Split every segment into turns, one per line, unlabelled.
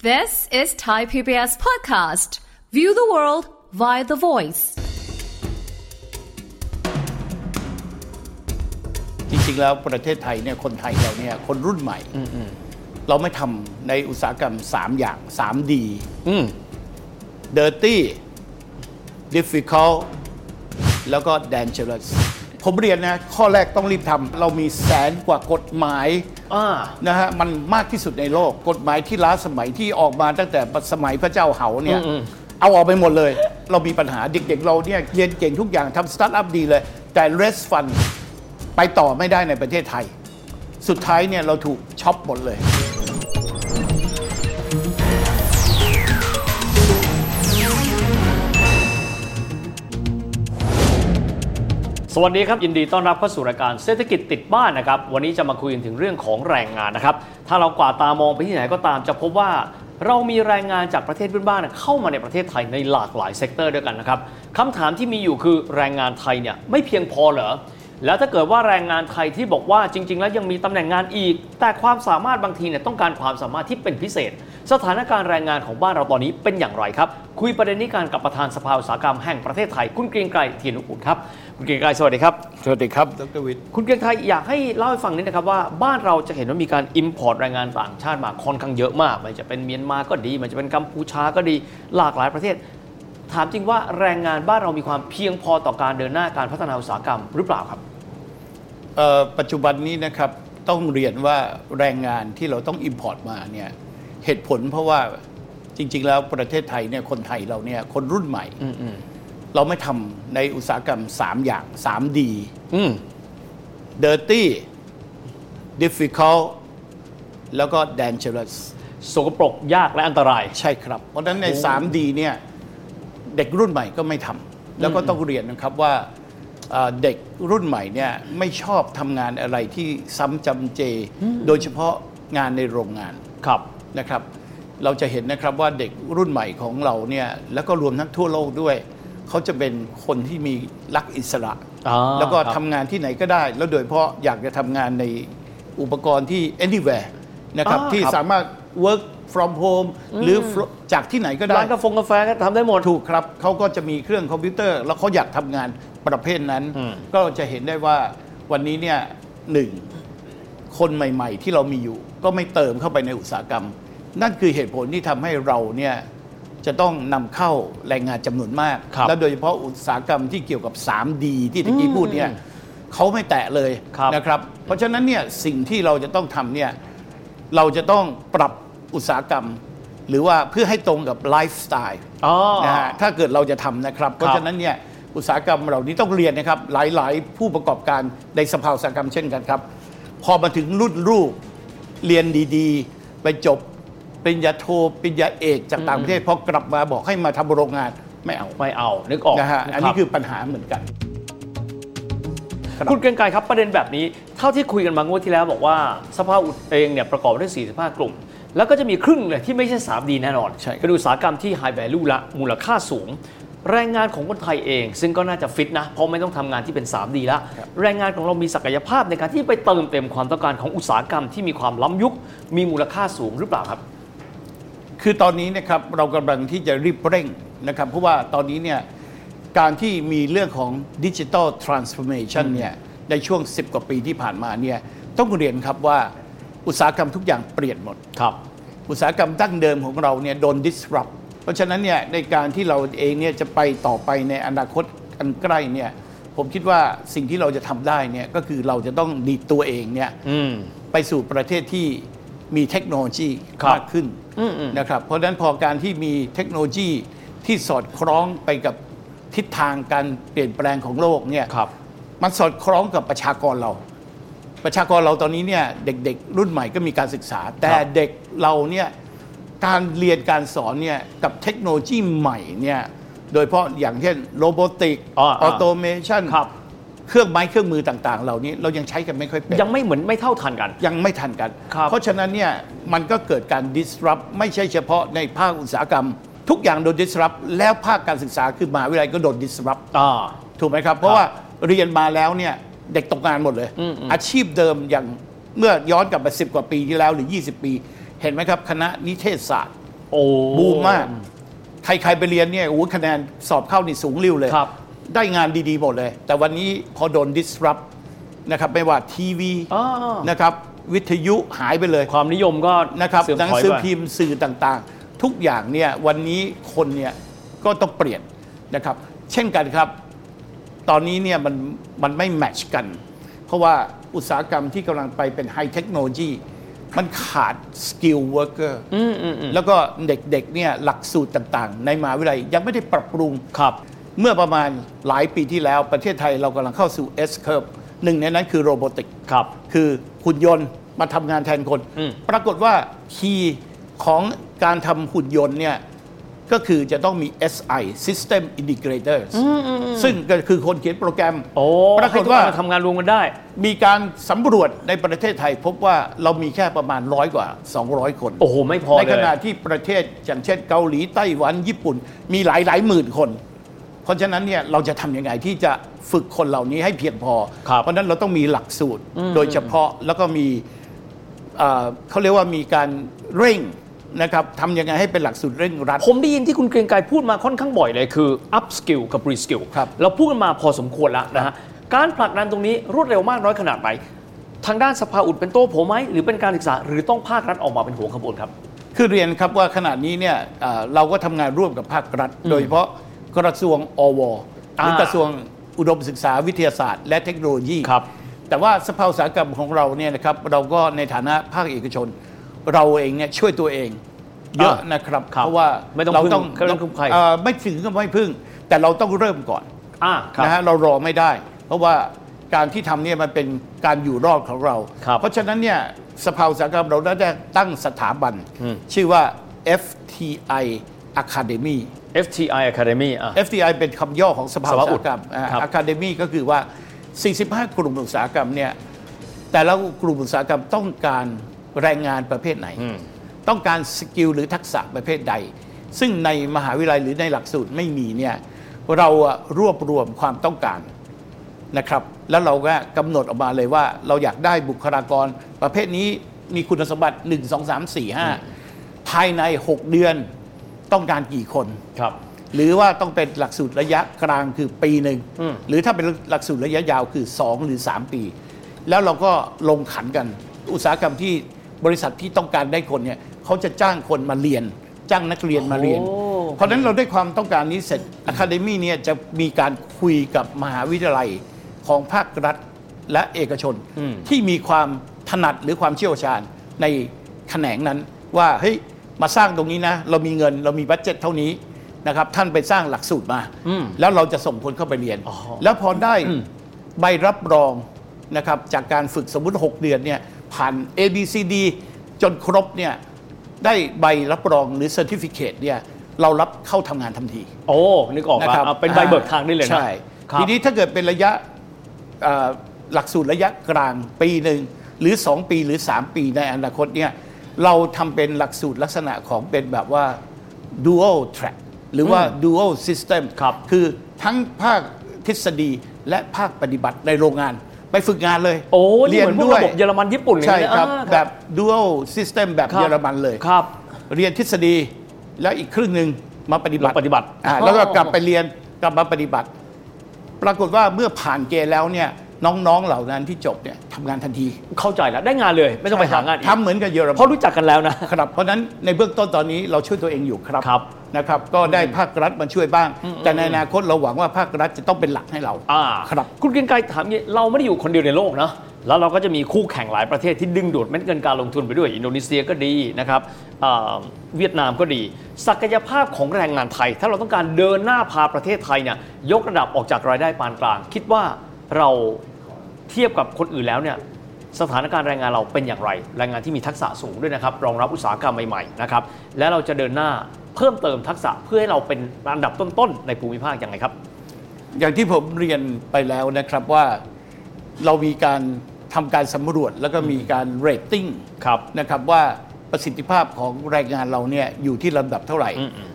This is Thai PBS podcast. View the world via the voice.
จริงๆ แล้วประเทศไทยเนี่ยคนไทยเราเนี่ยคนรุ่นใหม่ เราไม่ทำในอุตสาหกรรม 3 อย่าง 3D
อืม
dirty difficult แล้วก็ dangerous ผมเรียนนะ ข้อแรกต้องรีบทำเรามีแสนกว่ากฎหมาย
อ่า
นะฮะมันมากที่สุดในโลกกฎหมายที่ล้าสมัยที่ออกมาตั้งแต่สมัยพระเจ้าเหาเนี่ยเอาออกไปหมดเลย เรามีปัญหาเด็กๆเราเนี่ยเรียนเก่งทุกอย่างทำสตาร์ทอัพดีเลย แต่เรสฟันไปต่อไม่ได้ในประเทศไทย สุดท้ายเนี่ยเราถูกช็อปหมดเลย
สวัสดีครับ ยินดีต้อนรับเข้าสู่รายการเศรษฐกิจติดบ้านนะครับ วันนี้จะมาคุยกันถึงเรื่องของแรงงานนะครับ ถ้าเรากวาดตามองไปที่ไหนก็ตามจะพบว่า เรามีแรงงานจากประเทศเพื่อนบ้านเนี่ยเข้ามาในประเทศไทยในหลากหลายเซกเตอร์ด้วยกันนะครับคำถามที่มีอยู่คือแรงงานไทยเนี่ยไม่เพียงพอเหรอ แล้วถ้าเกิดว่าแรงงานไทยที่บอกว่าจริง ๆ แล้วยังมีตำแหน่งงานอีก แต่ความสามารถบางทีเนี่ยต้องการความสามารถที่เป็นพิเศษ สถานการณ์แรงงานของบ้านเราตอนนี้เป็นอย่างไรครับ คุยประเด็นนี้กันกับประธานสภาอุตสาหกรรมแห่งประเทศไทยคุณเกรียงไกรเทียนอุ่นครับคุณเกรียงไกรสวัสดีครับ
สวัสดีครับดรวิทย์
คุณเกรียงไกรอยากให้เล่าให้ฟังนิดนะครับว่าบ้านเราจะเห็นว่ามีการ import แรงงานต่างชาติมาค่อนข้างเยอะมากไมันจะเป็นเมียนมาก็ดีไมันจะเป็นกัมพูชาก็ดีหลากหลายประเทศ ถามจริงว่าแรงงานบ้านเรามีความเพียงพอต่อการเดินหน้าการพัฒนาอุตสาหกรรมหรือเปล่าครับ
เอ่อปัจจุบันนี้นะครับต้องเรียนว่าแรงงานที่เราต้องอิมพอร์ตมาเนี่ยเหตุผลเพราะว่าจริงๆ แล้วประเทศไทยเนี่ยคนไทยเราเนี่ยคนรุ่นใหม่
อืมอืม
เราไม่ทำในอุตสาหกรรม 3 อย่าง 3D
อืม
dirty difficult แล้วก็ dangerous
สกปรกยากและอันตราย
ใช่ครับ เพราะฉะนั้นใน 3D เนี่ยเด็กรุ่นใหม่ก็ไม่ทำแล้วก็ต้องเรียนนะครับว่าเอ่อเด็กรุ่นใหม่เนี่ยไม่ชอบทำงานอะไรที่ซ้ำจำเจ โดยเฉพาะงานในโรงงาน
ครับ
นะครับเราจะเห็นนะครับว่าเด็กรุ่นใหม่ของเราเนี่ยแล้วก็รวมทั้งทั่วโลกด้วย เขาจะเป็นคนที่มีรักอิสระ
อ่า
แล้วก็
ครับ
ทำงานที่ไหนก็ได้ แล้วโดยเฉพาะอยากจะทำงานในอุปกรณ์ที่ anywhere นะครับ
อ่า
ที่
ครับ
สามารถ work from home หรือ fro- จากที่ไหนก็ได้
ร้านกาแฟกาแฟก็ทำได้หมด
ถูกครับเขาก็จะมีเครื่องคอมพิวเตอร์ แล้วเขาอยากทำงานประเภทนั้น
อืม
ก็จะเห็นได้ว่าวันนี้เนี่ยหนึ่งคนใหม่ ๆ ที่เรามีอยู่ ก็ไม่เติมเข้าไปในอุตสาหกรรม นั่นคือเหตุผลที่ทำให้เราเนี่ยจะต้องนำเข้าแรงงานจำนวนมาก
ครับ
และโดยเฉพาะอุตสาหกรรมที่เกี่ยวกับ 3D ที่ตะกี้พูดเนี่ยเขาไม่แตะเลย
ครับ
นะครับ เพราะฉะนั้นเนี่ยสิ่งที่เราจะต้องทำเนี่ย เราจะต้องปรับอุตสาหกรรม หรือว่าเพื่อให้ตรงกับไลฟ์สไตล์
อ๋อ
นะฮะถ้าเกิดเราจะทำนะครับ เพราะฉะนั้นเนี่ยอุตสาหกรรมเหล่านี้ต้องเรียนนะครับ หลายๆ ผู้ประกอบการในสภาอุตสาหกรรมเช่นกันครับ พอมาถึงรุ่นลูกเรียนดีๆ ไปจบปริญญาโทปริญญาเอกจากต่างประเทศพอกลับมาบอกให้มาทำโรงงานไม่เอา
ไม่เอา นึกออก
นะฮะอันนี้คือปัญหาเหมือนกัน
ครับคุณเกรียงไกรครับประเด็นแบบนี้ เท่าที่คุยกันมางวดที่แล้วบอกว่าสภาอุดเองเนี่ยประกอบด้วย 45 กลุ่ม แล้วก็จะมีครึ่งเลยที่ไม่ใช่ 3D แน่นอน
ใช่ครับ
เป็นอุตสาหกรรมที่ high value ละมูลค่าสูง แรงงานของคนไทยเอง ซึ่งก็น่าจะฟิตนะ เพราะไม่ต้องทำงานที่เป็น 3D ละแรงงานของเรามีศักยภาพในการที่ไปเติมเต็มความต้องการของอุตสาหกรรมที่มีความล้ำยุค มีมูลค่าสูงหรือเปล่าครับ
คือตอนนี้นะครับเรากำลังที่จะรีบเร่งนะครับ เพราะว่าตอนนี้เนี่ยการที่มีเรื่องของดิจิ t a ลทรานส์ฟอร์เมชันเนี่ยในช่วง 10 กว่าปีที่ผ่านมาเนี่ยต้องเรียนครับว่าอุตสาหกรรมทุกอย่างเปลี่ยนหมด
ครับ
อุตสาหกรรมดั้งเดิมของเราเนี่ยโดน disrupt เพราะฉะนั้นเนี่ยในการที่เราเองเนี่ยจะไปต่อไปในอนาคตอันใกล้เนี่ยผมคิดว่าสิ่งที่เราจะทำได้เนี่ยก็คือเราจะต้องดีดตัวเองเนี่ย
อืม
ไปสู่ประเทศที่มีเทคโนโลยี
ครับ
มากขึ้นนะครับ เพราะฉะนั้นพอการที่มีเทคโนโลยีที่สอดคล้องไปกับทิศทางการเปลี่ยนแปลงของโลกเนี่ย
ครับ
มันสอดคล้องกับประชากรเรา ประชากรเราตอนนี้เนี่ยเด็กๆ รุ่นใหม่ก็มีการศึกษา แต่
ครับ
เด็กเราเนี่ยการเรียนการสอนเนี่ยกับเทคโนโลยีใหม่เนี่ยโดยเฉพาะอย่างเช่นโรบอติก
อ่า
ออโตเมชัน
ครับ
เครื่องไม้เครื่องมือต่างๆ เหล่านี้เรายังใช้กันไม่ค่อยเป็น
ยังไม่เหมือนไม่เท่าทันกัน
ยังไม่ทันกัน
ครับ
เพราะฉะนั้นเนี่ยมันก็เกิดการ disrupt ไม่ใช่เฉพาะในภาคอุตสาหกรรม ทุกอย่างโดน disrupt แล้วภาคการศึกษาคือมหาวิทยาลัยก็โดน disrupt
่า
ถูกไหมครับ เพราะว่าเรียนมาแล้วเนี่ยเด็กตกงานหมดเลย อาชีพเดิมอย่างเมื่อย้อนกลับไป 10 กว่าปีที่แล้วหรือ 20 ปี เห็นไหมครับ คณะนิเทศศาสตร์
โอ้
บูมมาก ใครๆไปเรียนเนี่ยโอ้โหคะแนนสอบเข้านี่สูงริ้วเลย
ครับ
ได้งานดีๆหมดเลย แต่วันนี้พอโดน disrupt นะครับไม่ว่าทีวี
อ่า
นะครับวิทยุหายไปเลย
ความนิยมก็
นะครับ
เสื่อม
หนัง
ถอย
สือ
ไป
พิมพ์สื่อต่างๆ ทุกอย่างเนี่ยวันนี้คนเนี่ยก็ต้องเปลี่ยนนะครับ เช่นกันครับ ตอนนี้เนี่ยมันมันไม่แมทช์กัน เพราะว่าอุตสาหกรรมที่กำลังไปเป็นไฮเทคโนโลยีมันขาดสกิลเวิร์กเกอร์แล้วก็เด็กๆเนี่ยหลักสูตรต่างๆ ในมหาวิทยาลัยยังไม่ได้ปรับปรุง
ครับ
เมื่อประมาณหลายปีที่แล้วประเทศไทยเรากำลังเข้าสู่ S curve หนึ่งในนั้นคือโรบอติก
ครับ
คือหุ่นยนต์มาทำงานแทนคน
อืม
ปรากฏว่าคีย์ของการทำหุ่นยนต์เนี่ย ก็คือจะต้องมี SI System Integrators ซึ่งก็คือคนเขียนโปรแกรม
โอ้
ปรากฏว่า
ให้ทุคนมทำงานรวมกันได้
มีการสำรวจในประเทศไทย พบว่าเรามีแค่ประมาณร้อยกว่า 200 คน
โอ้โห ไม่พอ
ในข
เลย
ณะที่ประเทศอย่างเช่นเกาหลีไต้หวันญี่ปุ่นมีหลายหลายหมื่นคน เพราะฉะนั้นเนี่ยเราจะทำยังไงที่จะฝึกคนเหล่านี้ให้เพียงพอ
ครับ
เพราะฉะนั้นเราต้องมีหลักสูตรโดยเฉพาะแล้วก็มีเอ่อเขาเรียกว่ามีการเร่งนะครับทำยังไงให้เป็นหลักสูตรเร่งรัด
ผมได้ยินที่คุณเกรียงไกรพูดมาค่อนข้างบ่อยเลยคือ up skill กับ re skill
ครับ
เราพูดกันมาพอสมควรแล้วนะฮะ การผลักดันตรงนี้รวดเร็วมากน้อยขนาดไหน ทางด้านสภาอุดเป็นโต้โผไหม หรือเป็นการศึกษา หรือต้องภาครัฐออกมาเป็นหัวขบวนครับ
คือเรียนครับว่าขณะนี้เนี่ยเอ่อเราก็ทำงานร่วมกับภาครัฐ โดยเฉพาะกระทรวงอวหรือ
าก
ระทรวงอุดมศึกษาวิทยาศาสตร์ และเทคโนโลยี
ครับ
แต่ว่าสภาอุตสาหกรรมของเราเนี่ยนะครับเราก็ในฐานะภาคเอกชน เราเองเนี่ยช่วยตัวเอง เยอะนะครับ
ครับ
เพราะว่า
ไม่ต้อง
เรา
พึ่ง
ต้อง
ไม่ต้องพึ่งใคร
เอ่อไม่ถึงกับไม่พึ่ง แต่เราต้องเริ่มก่อน
อ่าครับ
นะฮะเรารอไม่ได้ เพราะว่าการที่ทำเนี่ยมันเป็นการอยู่รอดของเรา
ครับ
เพราะฉะนั้นเนี่ยสภาอุตสาหกรรมเราได้ตั้งสถาบัน ชื่อว่า FTI Academy
FTI Academy อ่ะ
FTI เป็นคำย่อของสภาอุตสาหกรรม
สภาอุตครับ
อะคาเดมีก็คือว่า 45 กลุ่มอุตสาหกรรมเนี่ยแต่ละกลุ่มอุตสาหกรรมต้องการแรงงานประเภทไหน ต้องการสกิลหรือทักษะประเภทใด ซึ่งในมหาวิทยาลัยหรือในหลักสูตรไม่มีเนี่ยเราอะรวบรวมความต้องการนะครับ แล้วเราก็กำหนดออกมาเลยว่า เราอยากได้บุคลากรประเภทนี้มีคุณสมบัติ 1 2 3 4 5 ภายใน 6 เดือนต้องการกี่คน
ครับ
หรือว่าต้องเป็นหลักสูตรระยะกลางคือปีหนึ่ง
อืม
หรือถ้าเป็นหลักสูตรระยะยาวคือ 2 หรือ 3 ปี แล้วเราก็ลงขันกัน อุตสาหกรรมที่บริษัทที่ต้องการได้คนเนี่ยเขาจะจ้างคนมาเรียน จ้างนักเรียนมาเรียน
โอ้
เพราะฉะนั้นเราได้ความต้องการนี้เสร็จอะคาเดมี่เนี่ยจะมีการคุยกับมหาวิทยาลัยของภาครัฐและเอกชน
อืม
ที่มีความถนัดหรือความเชี่ยวชาญในแขนงนั้นว่าเฮ้ยมาสร้างตรงนี้นะ เรามีเงินเรามีบัตเจ็ตเท่านี้นะครับท่านไปสร้างหลักสูตรมา
อืม
แล้วเราจะส่งคนเข้าไปเรียน
อ๋อ
แล้วพอได้ใบรับรองนะครับจากการฝึกสมมุติ 6 เดือนเนี่ยผ่าน A B C D จนครบเนี่ยได้ใบรับรองหรือ Certificate เนี่ยเรารับเข้าทำงานทันที
โอ้นึกออกละ
นะครับ
อ่ะเป็นใบเบิกทางได้เลยนะ
ใช่
ครับ
ทีนี้ถ้าเกิดเป็นระยะเอ่อหลักสูตรระยะกลางปีหนึ่งหรือ 2 ปีหรือ 3 ปีในอนาคตเนี่ยเราทำเป็นหลักสูตรลักษณะของเป็นแบบว่า dual track หรือว่า dual system
ครับ
คือทั้งภาคทฤษฎีและภาคปฏิบัติในโรงงาน ไปฝึกงานเลย
โอ้นี่เหมือนพวกระบบเยอรมันญี่ปุ่นอย่าง
ใช่
เงี้ย
ครับ
อ่าครับ
แบบ dual system แบบ
คบ
เยอรมันเลย
ครับ
เรียนทฤษฎีแล้วอีกครึ่งหนึ่งมาปฏิบัติ
ลงปฏิบัติ
อ่า
อ๋อ
แล้วก็กลับไปเรียนกลับมาปฏิบัติ ปรากฏว่าเมื่อผ่านเกณฑ์แล้วเนี่ยน้องๆเหล่านั้นที่จบเนี่ยทำงานทันที
เข้าใจแล้วได้งานเลย ไม่ต้องไปหางานอีก
ทำเหมือนกับเยอรมัน
เพราะรู้จักกันแล้วนะ
ครับเพราะฉะนั้นในเบื้องต้นตอนนี้เราช่วยตัวเองอยู่ครับ
ครับ
นะครับ ก็ได้ภาครัฐมาช่วยบ้าง แต่ในอนาคตเราหวังว่าภาครัฐจะต้องเป็นหลักให้เรา
อ่า
ครับ
คุณเกรียงไกรถามอย่างนี้เราไม่ได้อยู่คนเดียวในโลกนะแล้วเราก็จะมีคู่แข่งหลายประเทศที่ดึงดูดเม็ดเงินการลงทุนไปด้วยอินโดนีเซียก็ดีนะครับอ่าเวียดนามก็ดี ศักยภาพของแรงงานไทย ถ้าเราต้องการเดินหน้าพาประเทศไทยเนี่ยยกระดับออกจากรายได้ปานกลาง คิดว่าเราเทียบกับคนอื่นแล้วเนี่ยสถานการณ์แรงงานเราเป็นอย่างไร แรงงานที่มีทักษะสูงด้วยนะครับรองรับอุตสาหกรรมใหม่ๆนะครับและเราจะเดินหน้าเพิ่มเติมทักษะเพื่อให้เราเป็นอันดับต้นๆในภูมิภาคยังไงครับ
อย่างที่ผมเรียนไปแล้วนะครับว่าเรามีการทำการสำรวจแล้วก็มีการเรตติ้ง
ครับ
นะครับว่าประสิทธิภาพของแรงงานเราเนี่ยอยู่ที่ลำดับเท่าไหร่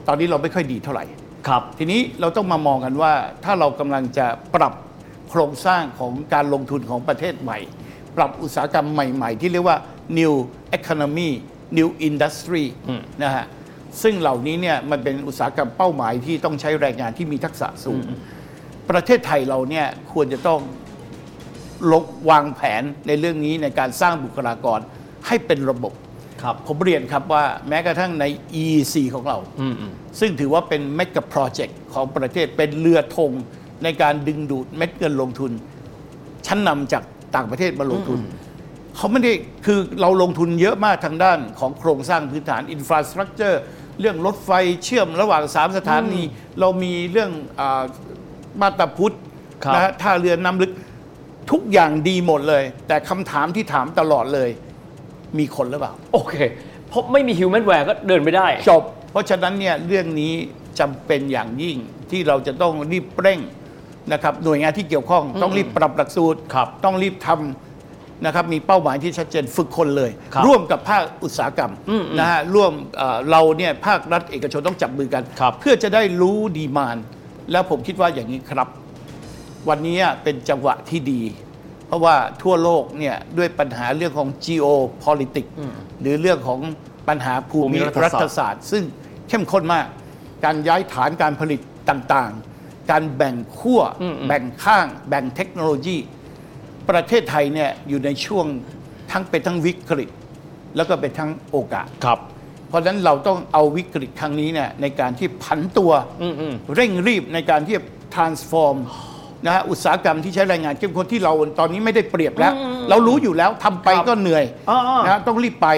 ตอนนี้เราไม่ค่อยดีเท่าไหร่
ครับ
ทีนี้เราต้องมามองกันว่าถ้าเรากำลังจะปรับโครงสร้างของการลงทุนของประเทศใหม่ ปรับอุตสาหกรรมใหม่ ๆ ที่เรียกว่า new economy new industry นะฮะ ซึ่งเหล่านี้เนี่ยมันเป็นอุตสาหกรรมเป้าหมายที่ต้องใช้แรงงานที่มีทักษะสูง ประเทศไทยเราเนี่ยควรจะต้องลงวางแผนในเรื่องนี้ในการสร้างบุคลากรให้เป็นระบบ
ครับ
ผมเรียนครับว่าแม้กระทั่งใน EEC ของเรา
อืมอืม
ซึ่งถือว่าเป็นเมกะโปรเจกต์ของประเทศเป็นเรือธงในการดึงดูดเม็ดเงินลงทุน ชั้นนำจากต่างประเทศมาลงทุน เขาไม่ได้คือเราลงทุนเยอะมากทางด้านของโครงสร้างพื้นฐานอินฟราสตรักเจอร์เรื่องรถไฟเชื่อมระหว่าง 3 สถานี เรามีเรื่องอามาตาพุทธ
ครับ
นะฮะท่าเรือน้ำลึกทุกอย่างดีหมดเลย แต่คำถามที่ถามตลอดเลย มีคนหรือเปล่า
โอเคเพราะไม่มีฮิวแมนแวร์ก็เดินไม่ได้
จบ เพราะฉะนั้นเนี่ยเรื่องนี้จำเป็นอย่างยิ่งที่เราจะต้องรีบเร่งนะครับหน่วยงานที่เกี่ยวข้อง ต้องรีบปรับหลักสูตร
ครับ
ต้องรีบทำนะครับมีเป้าหมายที่ชัดเจนฝึกคนเลย
ครับ
ร่วมกับภาคอุตสาหกรรมนะฮะร่วมเอ่อเราเนี่ยภาครัฐเอกชนต้องจับมือกัน
ครับ
เพื่อจะได้รู้ดีมานแล้วผมคิดว่าอย่างนี้ครับ วันนี้เป็นจังหวะที่ดี เพราะว่าทั่วโลกเนี่ยด้วยปัญหาเรื่องของ geopolitics หรือเรื่องของปัญหาภูมิรัฐศาสตร์ ซึ่งเข้มข้นมาก การย้ายฐานการผลิตต่างๆ การแบ่งขั้วแบ่งข้าง แบ่งเทคโนโลยี ประเทศไทยเนี่ยอยู่ในช่วงทั้งเป็นทั้งวิกฤต แล้วก็เป็นทั้งโอกาส
ครับ
เพราะฉะนั้นเราต้องเอาวิกฤตครั้งนี้เนี่ยในการที่ผันตัวเร่งรีบในการที่จะ transform นะฮะอุตสาหกรรมที่ใช้แรงงานเข้มข้นที่เราตอนนี้ไม่ได้เปรียบแล้ว เรารู้อยู่แล้วทำไป
ครับ
ก็เหนื่อย
อ่าๆ
นะฮะต้องรีบไป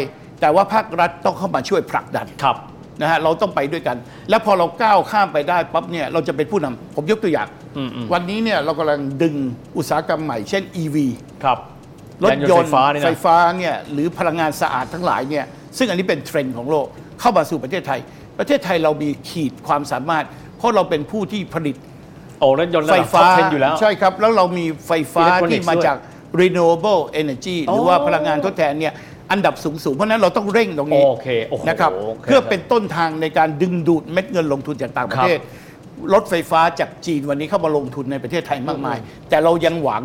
แต่ว่าภาครัฐต้องเข้ามาช่วยผลักดัน
ครับ
นะฮะเราต้องไปด้วยกัน แล้วพอเราก้าวข้ามไปได้ปั๊บเนี่ยเราจะเป็นผู้นำผมยกตัวอย่าง วันนี้เนี่ยเรากำลังดึงอุตสาหกรรมใหม่เช่น EV
ครับ
รถยนต์
ไฟฟ้านี่
ไฟ
นะ
ฟ้าเนี่ยหรือพลังงานสะอาดทั้งหลายเนี่ยซึ่งอันนี้เป็นเทรนด์ของโลกเข้ามาสู่ประเทศไทย ประเทศไทยเรามีขีดความสามารถ เพราะเราเป็นผู้ที่ผลิต
โอ้รถยนต์ระ
ไฟ
ดับ
ฟ้า
ท็อปเทนอยู่แล้ว
ใช่ครับ แล้วเรามีไฟฟ้า
Electronics
ที่มาจาก renewable energy หรือว่าพลังงานทดแทนเนี่ยอันดับสูงๆ เพราะฉะนั้นเราต้องเร่งตรงนี้
โอเคโอ้โห
นะครับ
โอเค
เพื่อเป็นต้นทางในการดึงดูดเม็ดเงินลงทุนจากต่างประเทศ รถไฟฟ้าจากจีนวันนี้เข้ามาลงทุนในประเทศไทยมากมาย แต่เรายังหวัง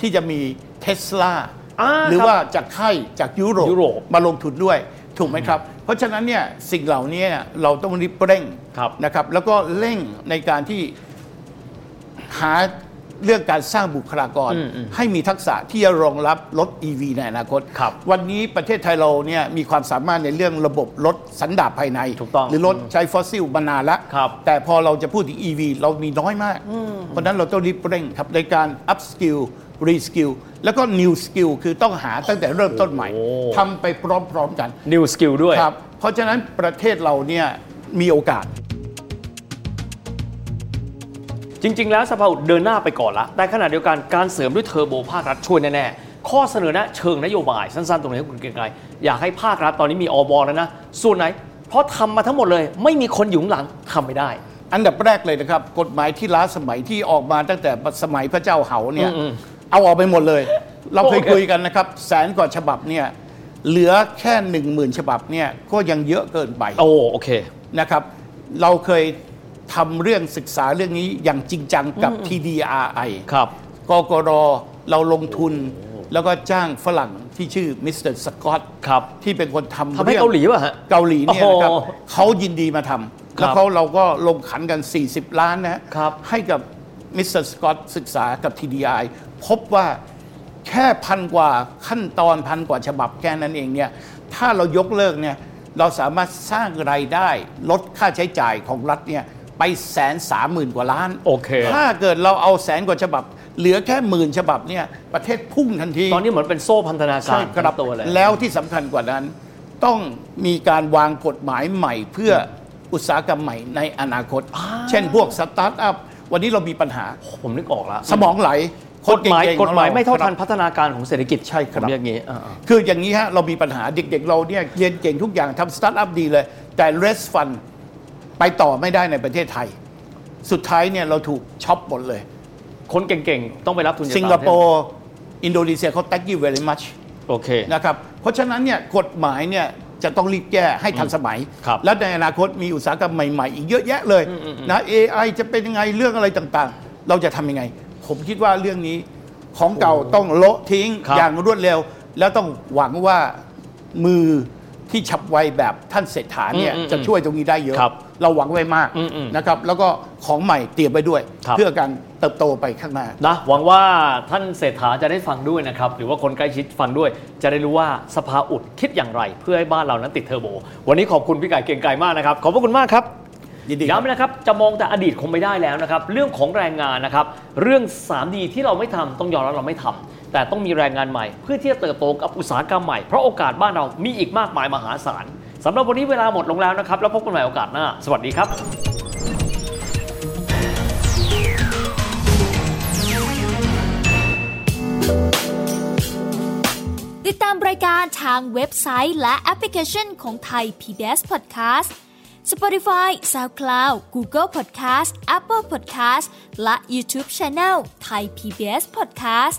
ที่จะมีเทสลา
อ่า
หรือ
ครับ
ว่าจากค่ายจากยุโรป
ยุโรป
มาลงทุนด้วยถูกไหมครับ เพราะฉะนั้นเนี่ยสิ่งเหล่านี้เราต้องรีบเร่ง
ครับ
นะครับแล้วก็เร่งในการที่ หาเรื่องการสร้างบุคลากร ให้มีทักษะที่จะรองรับรถ EV ในอนาคต
ครับ
วันนี้ประเทศไทยเราเนี่ยมีความสามารถในเรื่องระบบรถสันดาปภายใน
ถูกต้อง
หรือรถใช้ฟอสซิลมานานแล้ว
ครับ
แต่พอเราจะพูดถึง EV เรามีน้อยมาก เพราะฉะนั้นเราต้องรีบเร่งครับในการ up skill re skill แล้วก็ new skill คือต้องหาตั้งแต่เริ่มต้นใหม่
โอ้
ทำไปพร้อมๆกัน
นิวสกิลด้วย
ครับ เพราะฉะนั้นประเทศเราเนี่ยมีโอกาส
จริง ๆ แล้วสภาเดินหน้าไปก่อนละ แต่ขณะเดียวกันการเสริมด้วยเทอร์โบภาครัฐช่วยแน่ ๆ ข้อเสนอแนะเชิงนโยบาย สั้น ๆ ตรงนี้คุณเกรียงไกรอยากให้ภาครัฐตอนนี้มีอบอแล้วนะ ส่วนไหน เพราะทำมาทั้งหมดเลย ไม่มีคนอยู่ข้างหลังทำไม่ได้
อันดับแรกเลยนะครับ กฎหมายที่ล้าสมัยที่ออกมาตั้งแต่สมัยพระเจ้าเหาเนี่ย
อืม
เอาออกไปหมดเลย เราเคย
โอเค
คุยกันนะครับ แสนกว่าฉบับเนี่ยเหลือแค่หนึ่งหมื่นฉบับเนี่ยก็ยังเยอะเกินไป
โอ้โอเค
นะครับ เราเคยทำเรื่องศึกษาเรื่องนี้อย่างจริงจังกับ TDRI
ครับ
กกรเราลงทุน แล้วก็จ้างฝรั่งที่ชื่อมิสเตอร์สกอต
ครับ
ที่เป็นคนทำ
ทำให้
รื่อง
เกาหลีป่ะฮะ
เกาหลีเนี่ยนะครับ
โอ้โห
เขายินดีมาทำแล้วเขาเราก็ลงขันกัน 40 ล้านนะฮะ
ครับ
ให้กับมิสเตอร์สกอตศึกษากับ TDI พบว่าแค่พันกว่าขั้นตอนพันกว่าฉบับแค่นั้นเองเนี่ยถ้าเรายกเลิกเนี่ยเราสามารถสร้างรายได้ลดค่าใช้จ่ายของรัฐเนี่ยไปแสนสามหมื่นกว่าล้าน
โอเค
ถ้าเกิดเราเอาแสนกว่าฉบับ เหลือแค่หมื่นฉบับเนี่ยประเทศพุ่งทันที
ตอนนี้เหมือนเป็นโซ่พันธนาการ
ใช่ครับ
ทั้งตัวเลย
แล้วที่สำคัญกว่านั้น ต้องมีการวางกฎหมายใหม่เพื่ออุตสาหกรรมใหม่ในอนาคต เช่นพวกสตาร์ทอัพวันนี้เรามีปัญหา
ผมนึกออกแล้ว
สมองไหลค
ก
น
ฎ
เง
หมาย
ๆ
กฎหมาย
ของร
ไม่เท่าทั
ค
น
รับ
พัฒนาการของเศรษฐกิจ
ใช่ครับ
ผมเรียกอย่างนี้อ่า
คืออย่างนี้ฮะเรามีปัญหาเด็กๆ เราเนี่ยเรียนเก่งทุกอย่างทำสตาร์ทอัพดีเลย แต่เรสฟันไปต่อไม่ได้ในประเทศไทย สุดท้ายเนี่ยเราถูกช็อปหมดเลย
คนเก่งๆ ต้องไปรับทุนจาก
สิงคโปร์อินโดนีเซียเขา thank you very much
โอเค
นะครับ เพราะฉะนั้นเนี่ยกฎหมายเนี่ยจะต้องรีบแก้ให้ทันสมัย
ครับ
และในอนาคตมีอุตสาหกรรมใหม่ๆ อีกเยอะแยะเลยนะ AI จะเป็นยังไงเรื่องอะไรต่างๆ เราจะทำยังไง ผมคิดว่าเรื่องนี้ของเก่าต้องโละทิ้ง
ครับ
อย่างรวดเร็ว แล้วต้องหวังว่ามือ ที่ฉับไวแบบท่านเศรษฐาเนี่ย
อืมอืม
จะช่วยตรงนี้ได้เยอะ
ครับ
เราหวังไว้มาก
อืมอืม
นะครับแล้วก็ของใหม่เตรียมไปด้วย
ครับ
เพื่อการเติบโตไปข้างหน้า
นะหวังว่าท่านเศรษฐาจะได้ฟังด้วยนะครับ หรือว่าคนใกล้ชิดฟังด้วย จะได้รู้ว่าสภาอุดคิดอย่างไร เพื่อให้บ้านเรานั้นติดเทอร์โบ วันนี้ขอบคุณพี่ไก่เกรียงไกรมากนะครับ ขอบพระคุณมากครับ
ยินดีครับ
ย้ำนะครับ จะมองแต่อดีตคงไม่ได้แล้วนะครับ เรื่องของแรงงานนะครับ เรื่อง 3D ที่เราไม่ทำต้องยอมรับเราไม่ทำแต่ต้องมีแรงงานใหม่ เพื่อที่จะเติบโตกับอุตสาหกรรมใหม่เพราะโอกาสบ้านเรามีอีกมากมายมหาศาลสำหรับวันนี้เวลาหมดลงแล้วนะครับ แล้วพบกันใหม่โอกาสหน้าสวัสดีครับ
ติดตามรายการทางเว็บไซต์และแอปพลิเคชันของไทย PBS Podcast Spotify SoundCloud Google Podcast Apple Podcast และ YouTube Channel ไทย PBS Podcast